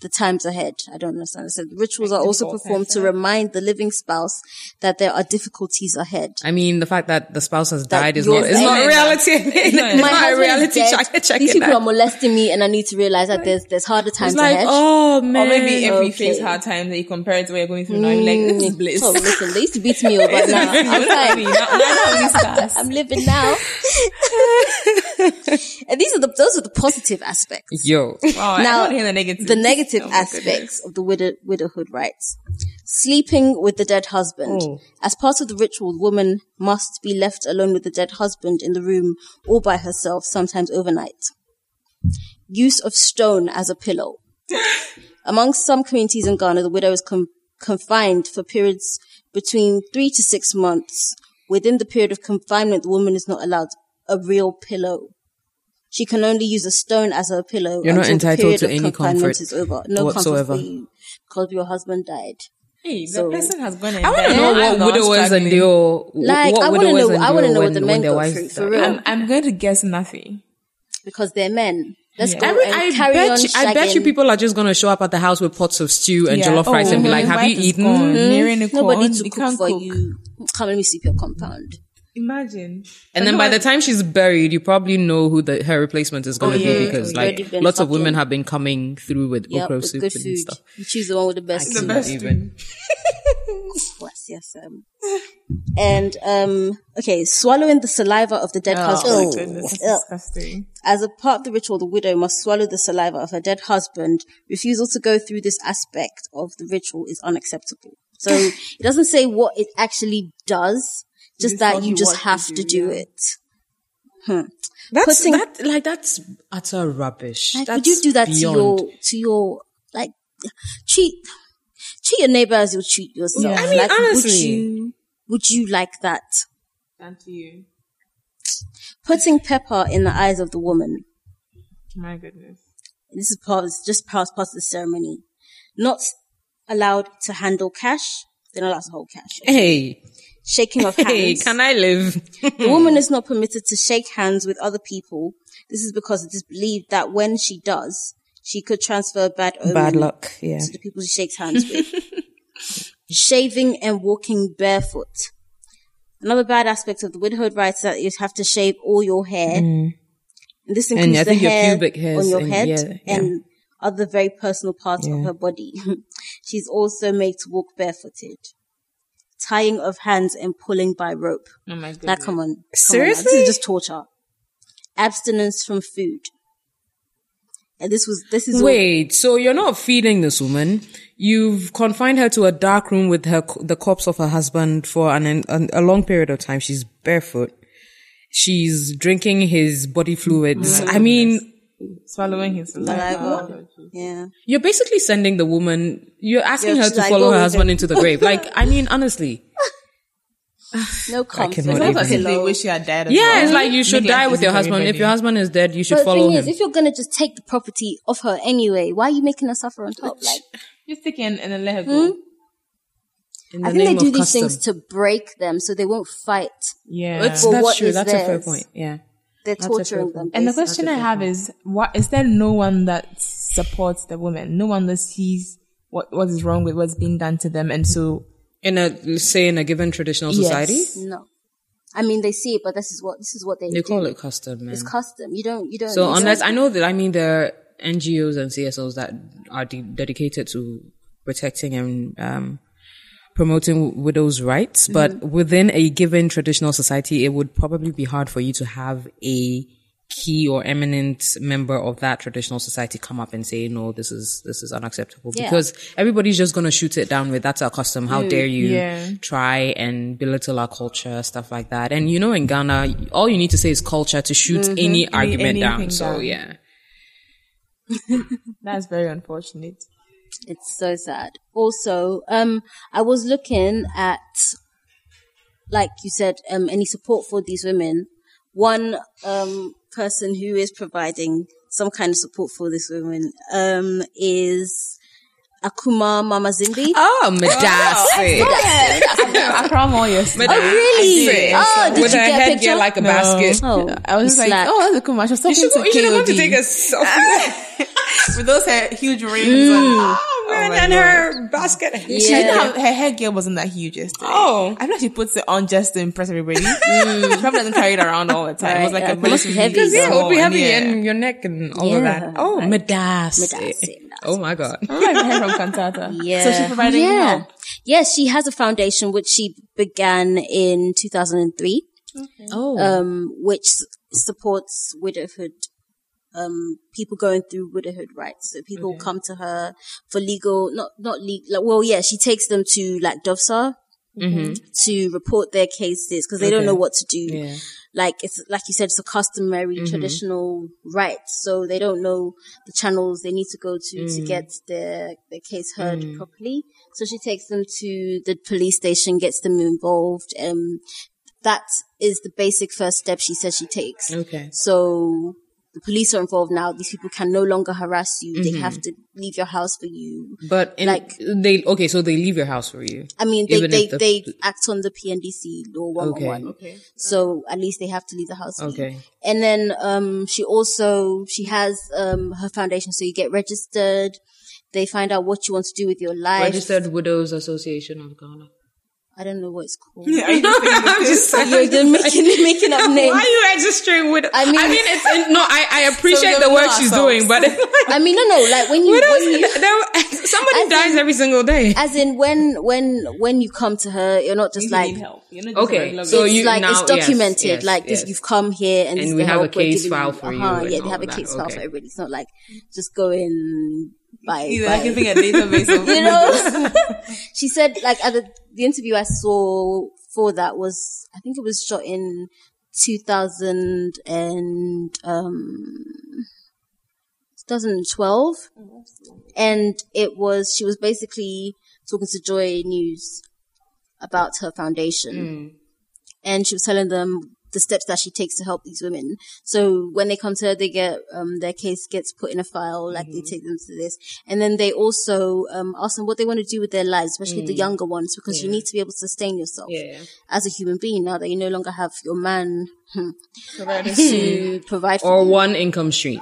S4: the times ahead. I don't understand. So the rituals are also performed to remind the living spouse that there are difficulties ahead.
S5: I mean, the fact that the spouse has died is
S4: you're
S5: not, it's not
S4: dead.
S5: reality. It's not a
S4: husband is
S5: reality
S4: dead.
S5: check. check
S4: These
S5: in
S4: people
S5: that.
S4: are molesting me, and I need to realize that there's there's harder times
S5: It's like,
S4: ahead.
S5: oh man.
S3: Or maybe if you
S4: Mm, Okay.
S3: face hard times that you compare it to what you're going through now, you're like, this is bliss. (laughs)
S4: Oh, listen, they used to beat me over now. I'm
S3: I
S4: fine.
S3: mean, now, now I'm
S4: (laughs)
S3: scars.
S4: I'm living
S3: (laughs)
S4: now. and these are the those are the positive aspects.
S5: Yo.
S3: Wow, I
S4: Now,
S3: don't hear the negative.
S4: the negative
S3: Oh my
S4: aspects of the widow, widowhood rites. Sleeping with the dead husband.
S3: Oh.
S4: As part of the ritual, woman must be left alone with the dead husband in the room or by herself, sometimes overnight. Use of stone as a pillow. Among some communities in Ghana, the widow is com- confined for periods between three to six months. Within the period of confinement, the woman is not allowed a real pillow. She can only use a stone as her pillow.
S5: You're not
S4: until the
S5: entitled
S4: period
S5: to
S4: of
S5: any
S4: confinement
S5: comfort
S4: is over. No
S5: whatsoever.
S4: comfort for you because your husband died.
S3: Hey, the
S4: So-
S3: person has gone and
S5: I want to
S3: died.
S5: know
S3: I'm the
S5: what
S3: one
S5: widowers
S3: struggling.
S5: endure.
S4: Like,
S5: what
S4: I wanna
S5: widowers
S4: know- I wanna
S5: endure
S4: know what
S5: when-
S4: the
S5: when
S4: men
S5: their
S4: go
S5: wives
S4: through, for
S5: die.
S4: real.
S3: I'm, I'm going to guess nothing.
S4: because they're men. Let's go
S5: I, would-
S4: and
S5: I
S4: carry on.
S5: bet you, I bet you
S4: shagging.
S5: people are just going to show up at the house with pots of stew and
S3: Yeah.
S5: jollof rice and be
S3: Oh,
S5: like,
S3: my
S5: have you
S3: wife is
S5: eaten?
S3: gone. Nearing the
S4: Hmm? Nobody
S3: corn,
S4: to
S3: we
S4: cook
S3: can't
S4: for you. Come, let me sweep your compound.
S3: Imagine.
S5: And then by the time she's buried, you probably know who the, her replacement is going to be
S4: Oh, yeah.
S5: because
S4: We've
S5: like
S4: already been
S5: lots of women
S4: fucking-
S5: have been coming through with
S4: Yep,
S5: okra
S4: with
S5: soup
S4: good
S5: and
S4: food.
S5: stuff.
S4: You choose the one with the best
S5: The
S4: food.
S5: best even.
S4: Yes, yes. Um, and um, okay, swallowing the saliva of the dead husband.
S3: Oh, goodness, that's
S4: Ugh.
S3: disgusting.
S4: As a part of the ritual, the widow must swallow the saliva of her dead husband. Refusal to go through this aspect of the ritual is unacceptable. So it doesn't say what it actually does, just
S3: just
S4: that
S3: told
S4: you
S3: you
S4: just
S3: what to
S4: have to
S3: do,
S4: do
S3: yeah.
S4: it. Hmm.
S5: That's
S4: Putting-
S5: that like that's utter rubbish.
S4: Like,
S5: that's
S4: would you do that
S5: beyond.
S4: to your to your like treat treat your neighbor as you treat yourself?
S5: I mean,
S4: like,
S5: honestly.
S4: would you would you like that?
S3: And to you.
S4: Putting pepper in the eyes of the woman.
S3: My goodness.
S4: This is part it's just part part of the ceremony. Not allowed to handle cash. They're not allowed to hold cash. (laughs)
S5: Hey,
S4: Shaking of hands.
S5: hey, can I live?
S4: The woman is not permitted to shake hands with other people. This is because it is believed that when she does, she could transfer bad omen
S5: luck. Yeah.
S4: to the people she shakes hands with. Shaving and walking barefoot. Another bad aspect of the widowhood rite is that you have to shave all your hair. And this includes
S5: Mm. I
S4: the
S5: think your
S4: hair
S5: pubic hairs
S4: on your
S5: and-
S4: head
S5: yeah, yeah.
S4: and other very personal parts of
S5: Yeah.
S4: her body. (laughs) She's also made to walk barefooted. Tying of hands and pulling by rope.
S3: Oh my goodness.
S4: Like, come on. come on now. This
S5: Seriously?
S4: is just torture. Abstinence from food. And this was, this is all-
S5: Wait, so you're not feeding this woman? You've confined her to a dark room with her the corpse of her husband for an, an a long period of time. She's barefoot. She's drinking his body
S4: Oh
S5: fluids. I mean,
S3: Swallowing his saliva.
S4: yeah.
S5: you're basically sending the woman. You're asking
S4: Yeah,
S5: her
S4: she's
S5: to
S4: like,
S5: follow
S4: go
S5: her
S4: with it.
S5: husband into the grave. Like, I mean,
S4: (laughs)
S5: honestly,
S4: No comfort.
S5: cannot
S4: no
S5: even.
S3: Because they
S4: pillow.
S3: wish you had died as well.
S5: yeah, it's like you should
S3: Make life
S5: die with
S3: easy
S5: your
S3: for
S5: husband. If
S3: everybody.
S5: your husband is dead, you should
S4: But the
S5: follow
S4: thing
S5: him.
S4: is, if you're gonna just take the property of her anyway, why are you making her suffer on top? Like,
S3: Just take it and and then let her
S5: Hmm?
S3: go.
S5: in
S4: I
S5: the
S4: think they
S5: name
S4: do
S5: of
S4: these
S5: custom.
S4: things to break them so they won't fight.
S3: Yeah.
S5: It's-
S4: But
S5: that's
S4: what
S5: true.
S4: is
S5: That's a fair
S4: theirs?
S5: point. Yeah.
S4: They're
S5: That's a fair
S4: torturing them.
S5: point.
S3: And the
S4: basically.
S3: question I have is, what is there no one that supports the women? No one that sees what what is wrong with what's being done to them, and so
S5: In a say in a given traditional society,
S3: Yes.
S4: no, I mean they see it, but this is what this is what they,
S5: they
S4: do.
S5: call it custom. Man.
S4: It's custom. You don't. You don't.
S5: So
S4: you
S5: unless
S4: don't-
S5: I know that, I mean there are NGOs and CSOs that are de- dedicated to protecting and um, promoting widows' rights, but within a given traditional society, it would probably be hard for you to have a key or eminent member of that traditional society come up and say, "No, this is this is unacceptable,"
S4: Yeah.
S5: because everybody's just going to shoot it down with "That's our custom. How dare you
S3: yeah.
S5: try and belittle our culture, stuff like that." And you know, in Ghana, all you need to say is culture to shoot any argument
S3: anything
S5: down. So
S3: down.
S5: yeah.
S3: that's very (laughs) unfortunate.
S4: It's so sad. Also, um, I was looking at, like you said, um, any support for these women. One um, person who is providing some kind of support for this woman um, is Akuma Mama Zimbi.
S5: Oh, Madasi.
S3: Accra Mall, yes.
S5: Madasi.
S4: really? Oh, did
S5: With
S4: you
S5: her
S4: get a
S5: headgear
S4: picture?
S5: like a basket.
S4: Oh,
S3: I was just like,
S4: slack.
S3: oh, that's a cool match. I was talking
S5: You should, go,
S3: to
S5: you should go to
S3: KOD.
S5: take
S4: (laughs)
S5: a selfie.
S3: with those hair, huge rings. on.
S5: Oh, man, and her basket.
S3: She didn't have, her headgear wasn't that huge yesterday.
S5: Oh.
S3: I feel like she puts it on just to impress everybody. she probably doesn't carry it around all the time. It was like
S4: Right, yeah,
S3: a
S4: it must be
S3: relatively
S4: heavy,
S5: Oh, Yeah, it
S3: small
S5: would be heavy
S3: one, yeah.
S5: in your neck and all of
S4: Yeah,
S5: that. Oh,
S4: right.
S5: Madasi.
S4: Madasi,
S5: Oh my God.
S3: I remember her from
S4: (laughs)
S3: Cantata.
S4: Yeah.
S3: So she provided
S4: yeah.
S3: help.
S4: Yes, she has a foundation which she began in 2003,
S5: Oh.
S4: um, which s- supports widowhood, um, people going through widowhood rights. So people come to her for legal, not, not legal, like, well, yeah, she takes them to like Dovesar
S3: Mm-hmm.
S4: to report their cases because they don't
S5: Okay.
S4: know what to do.
S5: Yeah.
S4: Like it's, like you said, it's a customary traditional right. So they don't know the channels they need to go to to get their, their case heard properly. So she takes them to the police station, gets them involved. Um, that is the basic first step she says she takes.
S5: (laughs) Okay.
S4: So the police are involved now. These people can no longer harass you. They have to leave your house for you.
S5: But in,
S4: Like-
S5: they okay, so they leave your house for you.
S4: I mean, they,
S5: Even
S4: they,
S5: if the-
S4: they act on the PNDC law 111.
S5: Okay.
S4: oh So at least they have to leave the house. with you.
S5: Okay.
S4: And then, um, she also, she has, um, her foundation. So you get registered. They find out what you want to do with your life.
S5: Registered Widows Association of (laughs) Ghana.
S4: I don't know what it's called.
S5: (laughs) I'm just
S4: (laughs)
S5: saying.
S4: You're just
S5: (laughs)
S4: making, making up
S5: Why are
S4: names.
S5: you registering with? I
S4: I
S5: mean,
S4: mean-
S5: I mean, it's in, no. I, I appreciate
S3: So
S5: the
S3: they'll
S5: work
S3: know
S5: she's
S3: ourselves.
S5: doing,
S4: (laughs)
S5: but (laughs) it's like,
S4: I mean, no, no, like when you,
S5: widows,
S4: when you,
S5: there- somebody
S4: As
S5: dies
S4: in-
S5: every single day.
S4: as in when, when, when you come to her, you're not just
S3: You
S4: like,
S3: need help. You're not just a
S5: Okay,
S3: regular
S5: so
S4: it's
S5: you
S4: like
S5: now,
S4: it's documented.
S5: yes, yes,
S4: like this,
S5: yes.
S4: you've come here, and, this
S5: And
S4: is
S5: we
S4: the
S5: have a
S4: help we're
S5: case
S4: giving
S5: file for you and
S4: Yeah,
S5: all
S4: they have
S5: of
S4: a
S5: that,
S4: case file for
S5: okay.
S4: everybody. It's not like just go in by.
S3: You're (laughs)
S4: by-
S3: like giving a database of
S4: (laughs) you know. (laughs) she said, like at the, the interview I saw for that was, I think it was shot in 2000 and um, 2012,
S5: Mm-hmm.
S4: and it was she was basically talking to Joy News about her foundation
S5: Mm.
S4: and she was telling them the steps that she takes to help these women. So when they come to her, they get um, their case gets put in a file, like
S5: Mm-hmm.
S4: they take them to this, and then they also um, ask them what they want to do with their lives, especially the younger ones, because you need to be able to sustain yourself
S5: Mm. Yeah.
S4: as a human being now that you no longer have your man hmm,
S3: Providers.
S4: (laughs) to provide for
S5: Or
S4: you.
S5: one income stream,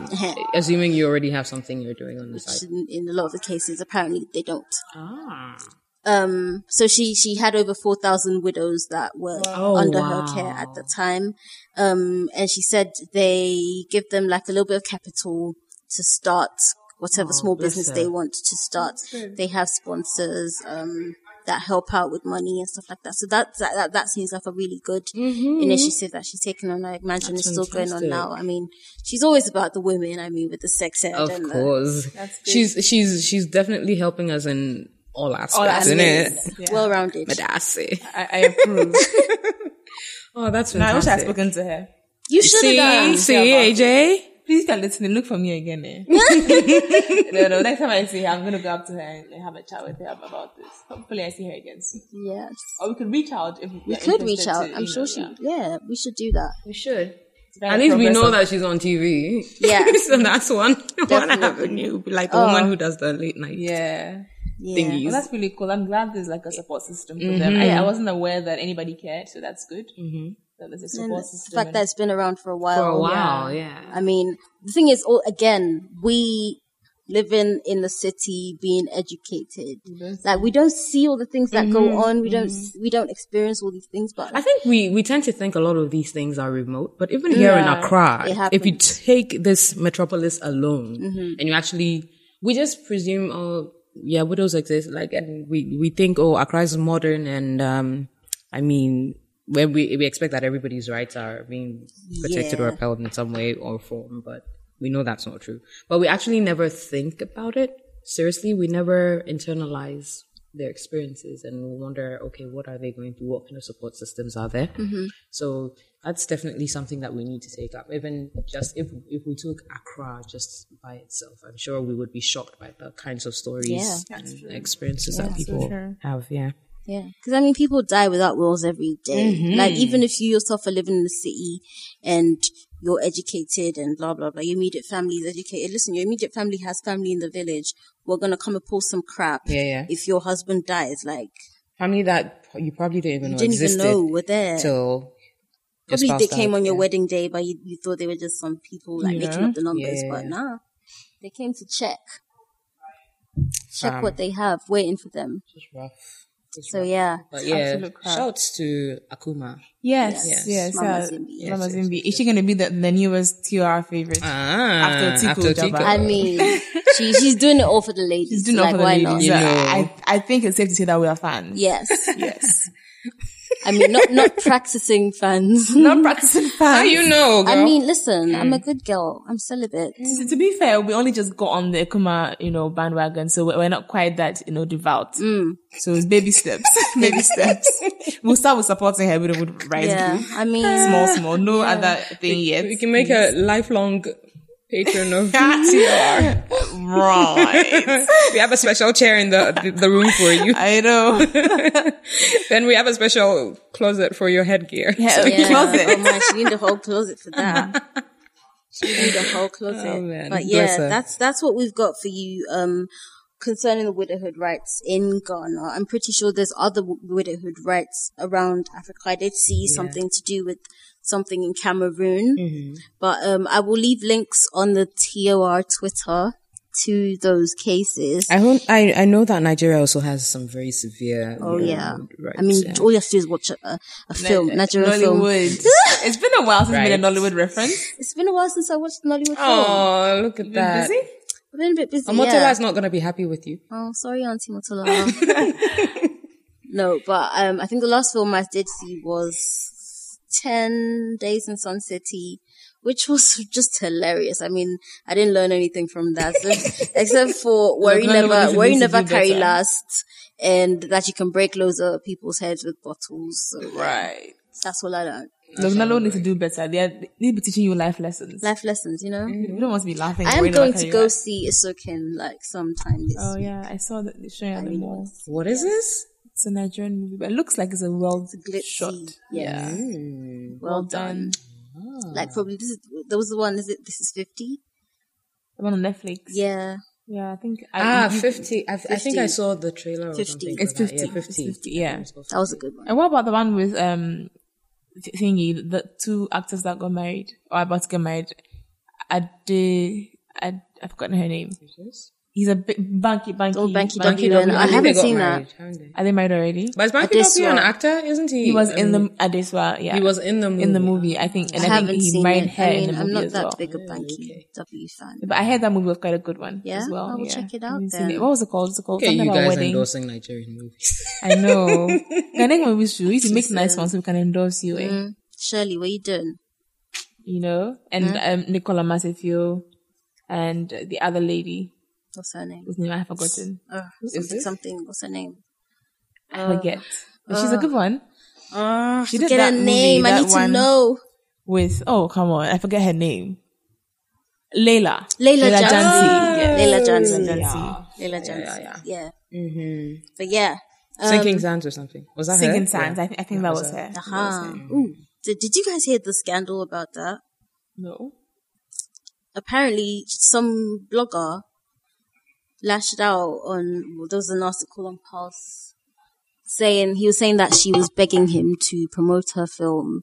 S5: assuming you already have something you're doing on the
S4: Which
S5: side.
S4: in, in a lot of the cases, apparently they don't.
S5: Ah.
S4: Um, so she, she had over 4,000 widows that were
S5: Wow.
S4: under
S5: Oh, wow.
S4: her care at the time. Um, and she said they give them like a little bit of capital to start whatever small
S5: Oh, bless
S4: business
S5: her.
S4: they want to start. They have sponsors, um, that help out with money and stuff like that. So that, that, that, that seems like a really good
S5: Mm-hmm.
S4: initiative that she's taken on. I imagine it's still going on now. I mean, she's always about the women. I mean, with the sex ed
S5: Of
S4: and the-
S5: course. She's she's she's definitely helping us in all aspects, isn't it?
S3: Yeah.
S4: well-rounded.
S5: Madasi.
S3: I, I approve.
S5: Oh, that's
S3: I wish I had
S5: fantastic.
S3: spoken to her.
S4: You should have
S5: see,
S4: done.
S5: see, AJ.
S3: Please start listening. Look for me again. Eh? no, no. Next time I see her, I'm gonna go up to her and and have a chat with her about this. Hopefully, I see her again soon.
S4: Yes.
S3: Or we could reach out if we
S4: We could reach out. I'm sure she. Yeah, we should do that.
S5: We should. At least we know that she's on TV.
S4: Yeah.
S5: (laughs) so that's one one
S4: Definitely.
S5: avenue. Like the woman who does the late night
S3: Yeah.
S4: Yeah.
S5: thingies.
S3: Well, that's really cool. I'm glad there's like a support system for them. I, I wasn't aware that anybody cared, so that's good. Mm-hmm. That there's a
S4: And
S3: support
S4: the
S3: system.
S4: fact
S3: and-
S4: that it's been around for a while.
S5: For a while, Oh, yeah.
S4: I mean, the thing is, all again, we living in the city, being educated. Like we don't see all the things that go on. We don't. s We don't experience all these things. But
S5: I think we, we tend to think a lot of these things are remote, but even here in
S4: It
S5: Accra, if
S4: happens. Mm-hmm.
S5: you take this metropolis alone and you actually, we just presume, oh, yeah, widows exist. Like, and we, we think, oh, Accra is modern. And, um, I mean, when we, we expect that everybody's rights are being protected or
S4: Yeah.
S5: upheld in some way or form, but we know that's not true. But we actually never think about it. Seriously, we never internalize their experiences and we wonder, okay, what are they going through? What kind of support systems are there?
S4: Mm-hmm.
S5: So that's definitely something that we need to take up. Even just if if we took Accra just by itself, I'm sure we would be shocked by the kinds of stories
S4: Yeah.
S5: and experiences that people have. Yeah.
S4: Yeah, because I mean,
S5: Mm-hmm.
S4: people die without wills every day. Like even if you yourself are living in the city and you're educated and blah, blah, blah. Your immediate family is educated. Listen, your immediate family has family in the village. We're going to come and pull some crap.
S5: Yeah, yeah.
S4: If your husband dies, like,
S5: Family that you probably didn't even
S4: you
S5: know
S4: didn't even
S5: existed
S4: know were there.
S5: till just
S4: Probably they
S5: passed
S4: came
S5: out,
S4: on your
S5: yeah.
S4: wedding day, but you, you thought they were just some people like making up the numbers,
S5: Yeah.
S4: but nah, they came to check, check
S5: Um,
S4: what they have waiting for them.
S5: It's rough. It's
S4: So
S5: rough.
S4: yeah,
S5: But yeah,
S3: absolute crap.
S5: shouts to Akuma.
S3: Yes,
S4: Yes.
S3: yes,
S4: Mama
S3: uh,
S4: Zimbi. Yes,
S3: Mama
S5: yes,
S3: Zimbi. Is she going to be the, the newest TR favorite?
S5: Ah,
S3: After Tiku Jabba. (laughs)
S4: I mean, she she's doing it all for the ladies.
S3: She's doing
S4: like,
S3: all for the
S4: why
S3: ladies.
S4: not?
S3: So
S5: You know.
S3: I, I think it's safe to say that we are fans.
S4: Yes,
S3: Yes.
S4: I mean, not not practicing fans.
S3: (laughs) Not Mm. practicing (laughs)
S5: How
S3: fans.
S5: Ah, you know, girl?
S4: I mean, listen, I'm a good girl. I'm celibate.
S3: to, to be fair, we only just got on the Akuma, you know, bandwagon, so we're, we're not quite that, you know, devout.
S4: Mm.
S3: So it's baby steps, (laughs) baby steps. We'll start with supporting her with a rise
S4: Yeah,
S3: group.
S4: I mean,
S3: Small, small, no other thing yet.
S5: we can make a lifelong patron
S4: (laughs)
S5: of
S3: TR. right.
S5: (laughs) we have a special chair in the the, the room for you.
S3: I know.
S5: then we have a special closet for your headgear.
S3: Yeah,
S4: yeah.
S3: closet.
S4: Oh my, she need a whole closet for that.
S5: (laughs)
S4: she need a whole closet.
S5: Oh, man.
S4: But
S5: Bless
S4: yeah,
S5: her.
S4: that's that's what we've got for you um, concerning the widowhood rights in Ghana. I'm pretty sure there's other w- widowhood rights around Africa. I did see something to do with something in Cameroon,
S5: Mm-hmm.
S4: but um, I will leave links on the TOR Twitter to those cases.
S5: I, hon- I I know that Nigeria also has some very severe.
S4: Oh
S5: you know,
S4: yeah,
S5: rights,
S4: I mean,
S5: yeah.
S4: all you have to do is watch a, a, a film, Nigerian film.
S3: Nollywood. it's been a while since we made a
S5: Right.
S3: Nollywood reference.
S4: It's been a while since I watched an Nollywood film.
S5: Oh, look at that.
S3: Busy?
S4: I've been a bit busy.
S5: Amotola
S4: yeah.
S5: is not going to be happy with you.
S4: Oh, sorry, Auntie Motola. (laughs) no, but um, I think the last film I did see was Ten Days in Sun City, which was (laughs) just hilarious. I mean, I didn't learn anything from that, (laughs) so- except for worry
S3: Nollywood is
S4: never,
S3: supposed
S4: worry
S3: to
S4: never
S3: do
S4: carry
S3: better.
S4: last, and that you can break loads of people's heads with bottles. So
S3: Right.
S4: that's all I learned.
S3: Look, Nollywood need to do better. They, are, they need to be teaching you life lessons.
S4: Life lessons, you know.
S3: You don't want to be laughing.
S4: I am
S3: worrying
S4: going
S3: about
S4: to
S3: how
S4: go
S3: Mm-hmm. you are.
S4: see Isokin like sometime this.
S3: Oh yeah, I saw that they're showing at the
S4: really
S3: mall.
S5: What is this?
S3: It's a Nigerian movie, but it looks like it's a world
S4: glitzy.
S3: shot.
S4: Yeah.
S3: Well, done. Mm.
S4: Like probably this is there was the one. Is it this is fifty?
S3: The one on Netflix.
S4: Yeah.
S3: Yeah, I think.
S5: Ah,
S3: you-
S5: 50. I, I think I
S4: 50.
S5: saw the trailer or
S4: 50.
S5: something.
S3: It's
S5: for that.
S3: 50.
S5: Yeah, 50.
S3: It's 50, yeah.
S4: That was a good one.
S3: And what about the one with um th- thingy, the two actors that got married or about to get married? Ade, Ad, I've forgotten her name. He's a big, Banky Banky.
S4: Oh, Banky Banky
S3: Lobby.
S4: Lobby. I haven't seen that.
S3: Are they married already?
S5: But is Banky Lobby
S4: Adesua.
S5: an actor? Isn't he?
S3: He was
S5: I
S3: in the
S5: mean,
S3: Adeswa. Yeah,
S5: He was in the movie.
S3: in the movie, I think, and
S4: I,
S3: I,
S4: haven't
S3: think he
S4: seen
S3: married
S4: it.
S3: her
S4: I mean,
S3: in the
S4: I'm
S3: movie
S4: not
S3: as
S4: that
S3: well.
S4: big a Banky W fan.
S3: But I heard that movie was quite a good one
S4: Yeah?
S3: as well.
S4: I will
S3: yeah.
S4: check it
S3: I
S4: out
S3: haven't seen
S4: then.
S3: it. What was it called? It's called
S5: Okay,
S3: something
S5: you
S3: about
S5: guys
S3: wedding.
S5: endorsing Nigerian movies.
S3: I
S4: (laughs)
S3: know. Ghanaian movies should. We need to make nice ones so we can endorse you. eh?
S4: Mm. Shirley, what are you doing?
S3: You know, and
S4: Mm-hmm.
S3: um, Nicola Masifio and the other lady
S4: What's her name?
S3: whose name I've forgotten.
S4: Uh, something, something. What's her name?
S3: I forget. But she's a good one.
S4: Uh,
S3: She did
S4: forget
S3: that
S4: her
S3: movie,
S4: name. I
S3: that
S4: need to
S3: one.
S4: know.
S3: With oh come on, I forget her name. Layla.
S4: Layla Jansi.
S3: Yeah.
S4: Layla Johnson.
S3: Layla
S4: Yeah.
S3: Jansi.
S4: Layla Johnson. Yeah. Mm-hmm. But yeah.
S5: Sinking Sands or something. Was
S4: Oh,
S5: that
S3: Singing
S5: her?
S3: Um, Sands. I, think I think that was her.
S4: Aha. Uh-huh. Ooh. Did, did you guys hear the scandal about that?
S3: No.
S4: apparently some blogger lashed out on well, there was an article on Pulse saying he was saying that she was begging him to promote her film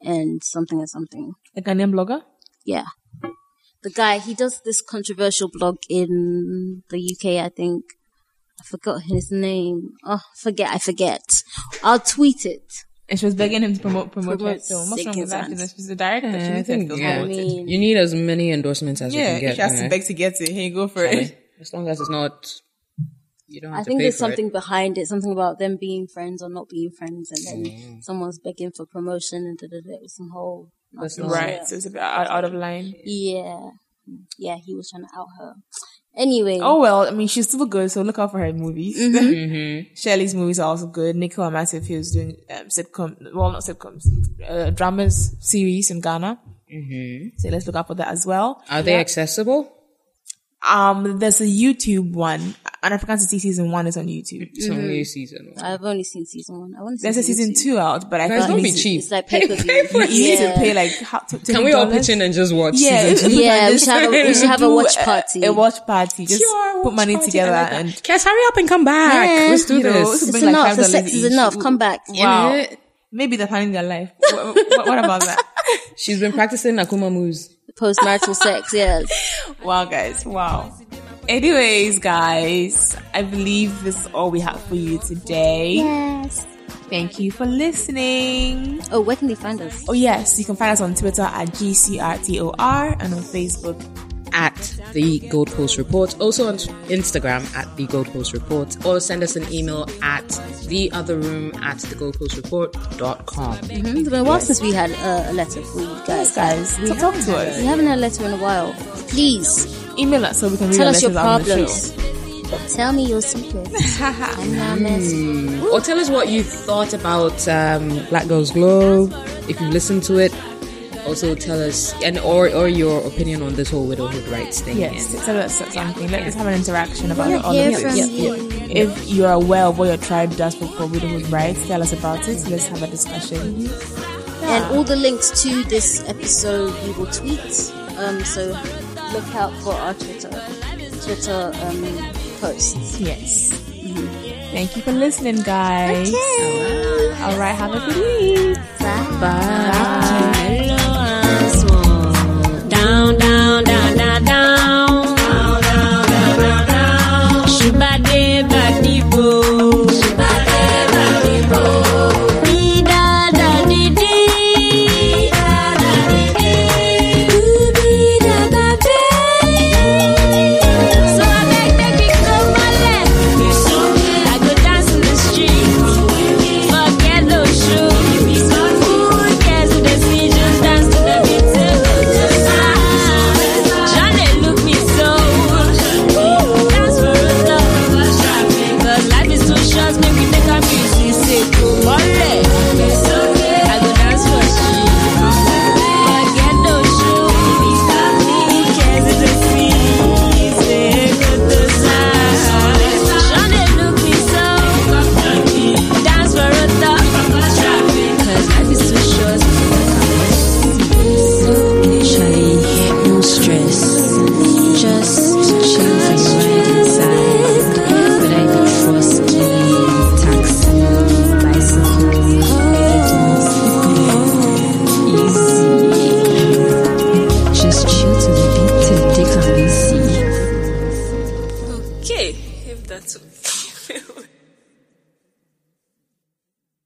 S4: and something and something.
S3: A Ghanaian blogger?
S4: Yeah. The guy he does this controversial blog in the UK, I think. I forgot his name. Oh, forget, I forget. I'll tweet it.
S3: And she was begging him to
S4: (laughs)
S3: promote promote, her
S4: Promote
S3: film. What's wrong
S4: Singing
S3: with that?
S4: Sands. Mm,
S3: She's the director. She
S5: I
S3: needs her
S5: think
S3: film
S5: yeah.
S4: I
S3: promoted.
S4: mean-
S5: you need as many endorsements as
S3: Yeah,
S5: you can
S3: if
S5: get.
S3: she has
S5: yeah.
S3: to beg to get it, here you go for it.
S5: As long as it's not, you don't have
S4: I
S5: to
S4: think
S5: pay
S4: there's
S5: for
S4: something
S5: It.
S4: behind it, something about them being friends or not being friends, and then
S5: Mm.
S4: someone's begging for promotion and da da da. It was some whole
S5: That's
S4: nonsense.
S5: not-
S3: Right. So it's a bit out, out of line.
S4: Yeah, yeah, he was trying to out her. Anyway,
S3: Oh well, I mean she's still good, so look out for her movies. (laughs)
S5: Mm-hmm.
S3: Shelley's movies are also good. Nicola Massive is doing um, sitcom, well not sitcoms, uh, dramas series in Ghana. Mm-hmm. So let's look out for that as well.
S5: Are they accessible?
S3: Um, there's a YouTube one. An African City season one is on YouTube.
S5: It's only a season. one.
S4: I've only seen season one. I want to see
S3: There's a season two out, but I
S5: Guys,
S3: think
S5: don't
S3: you
S5: be
S3: need to-
S5: cheap.
S4: It's like pay per
S5: Pay for
S4: view.
S5: it.
S3: You need to
S4: Yeah.
S3: pay like how, t-
S5: Can we all
S3: $20?
S5: pitch in and just watch
S3: Yeah, (laughs)
S5: season two?
S4: Yeah,
S3: Like
S4: we
S3: this.
S5: (laughs)
S4: should have a- we should have a
S3: Do
S4: watch party.
S3: A watch party. Just
S5: Sure,
S3: put
S5: watch
S3: money
S5: party, I
S3: together
S5: like that.
S3: and
S5: Guys, hurry up and come back.
S4: Yeah.
S5: Let's do
S3: You know,
S5: this.
S3: it's
S4: It's
S3: been like
S4: enough.
S3: five
S4: The
S3: dollars
S4: sex is
S3: each.
S4: enough. Come back.
S3: (laughs) wow. Maybe they're planning their life. what, what, what about that?
S5: She's been practicing Akuma moves.
S4: Postmarital sex. Yes.
S3: Wow, guys. Wow. Anyways, guys, I believe this is all we have for you today.
S4: Yes.
S3: Thank you for listening.
S4: Oh, where can they find us?
S3: Oh, yes, you can find us on Twitter at GCRTOR and on Facebook.
S5: at the Goldpost Report, also on Instagram at the Goldpost Report, or send us an email at the other room at the Goldpost Report.com.
S4: Mhm. It's been a while since we had uh, a letter for you
S3: Yes,
S4: guys.
S3: guys, so talk to us.
S4: We haven't had a letter in a while. Please
S3: Email us so we can read
S4: tell
S3: our
S4: us your
S3: letters out on the show. Hmm.
S4: problems. Tell me your
S3: (laughs)
S4: secrets. I'm not messy.
S5: Or tell us what you thought about um, Black Girls Glow, if you've listened to it. Also tell us, and or, or your opinion on this whole widowhood rights thing.
S3: Yes, tell us something. Let's have an interaction about
S4: wanna
S3: all
S4: hear
S3: of
S4: from
S3: this.
S4: you.
S3: If you're aware of what your tribe does for for widowhood rights, tell us about it. Let's have a discussion.
S4: And all the links to this episode we will tweet. Um, so look out for our Twitter Twitter um, posts.
S3: Yes. Mm-hmm. Thank you for listening, guys. All right, have a good week.
S4: Bye.